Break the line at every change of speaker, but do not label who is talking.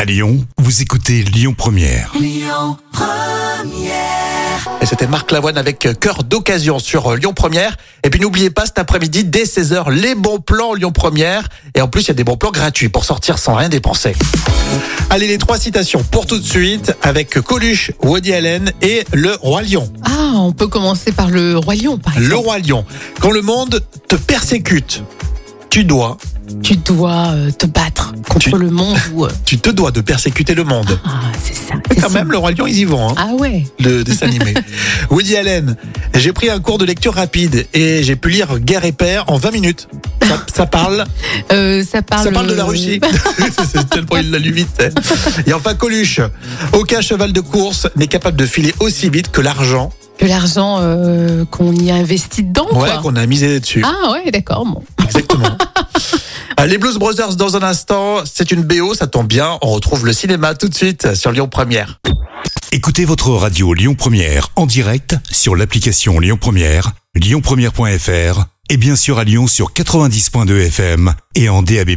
À Lyon, vous écoutez Lyon Première.
Et c'était Marc Lavoine avec euh, Cœur d'occasion sur euh, Lyon Première. Et puis n'oubliez pas cet après-midi dès 16h les bons plans Lyon Première. Et en plus il y a des bons plans gratuits pour sortir sans rien dépenser. Allez les trois citations pour tout de suite avec Coluche, Woody Allen et le roi lion.
Ah, on peut commencer par le roi lion, par
Le
exemple.
roi lion. Quand le monde te persécute, tu dois,
Tu dois euh, te battre contre
Tu-
le monde ou. euh,
tu te dois de persécuter le monde.
Ah, c'est ça.
Et
c'est
quand
ça.
même le roi lion ils y vont. Hein.
Ah ouais.
le dessin animé. Woody Allen, j'ai pris un cours de lecture rapide et j'ai pu lire Guerre et Père en 20 minutes. Ça, ça parle,
Euh, ça parle.
ça parle de la
euh,
Russie. C'est tellement il l'a lu vite. hein. Et enfin Coluche, aucun cheval de course n'est capable de filer aussi vite que l'argent
De l'argent euh, qu'on y a investi dedans,
ouais,
quoi.
qu'on a misé dessus.
Ah ouais, d'accord. Bon.
Exactement. Ah, Les Blues Brothers dans un instant, c'est une BO, ça tombe bien. On retrouve le cinéma tout de suite sur Lyon Première.
Écoutez votre radio Lyon Première en direct sur l'application Lyon Première, lyonpremière.fr et bien sûr à Lyon sur 90.2 FM et en DAB+.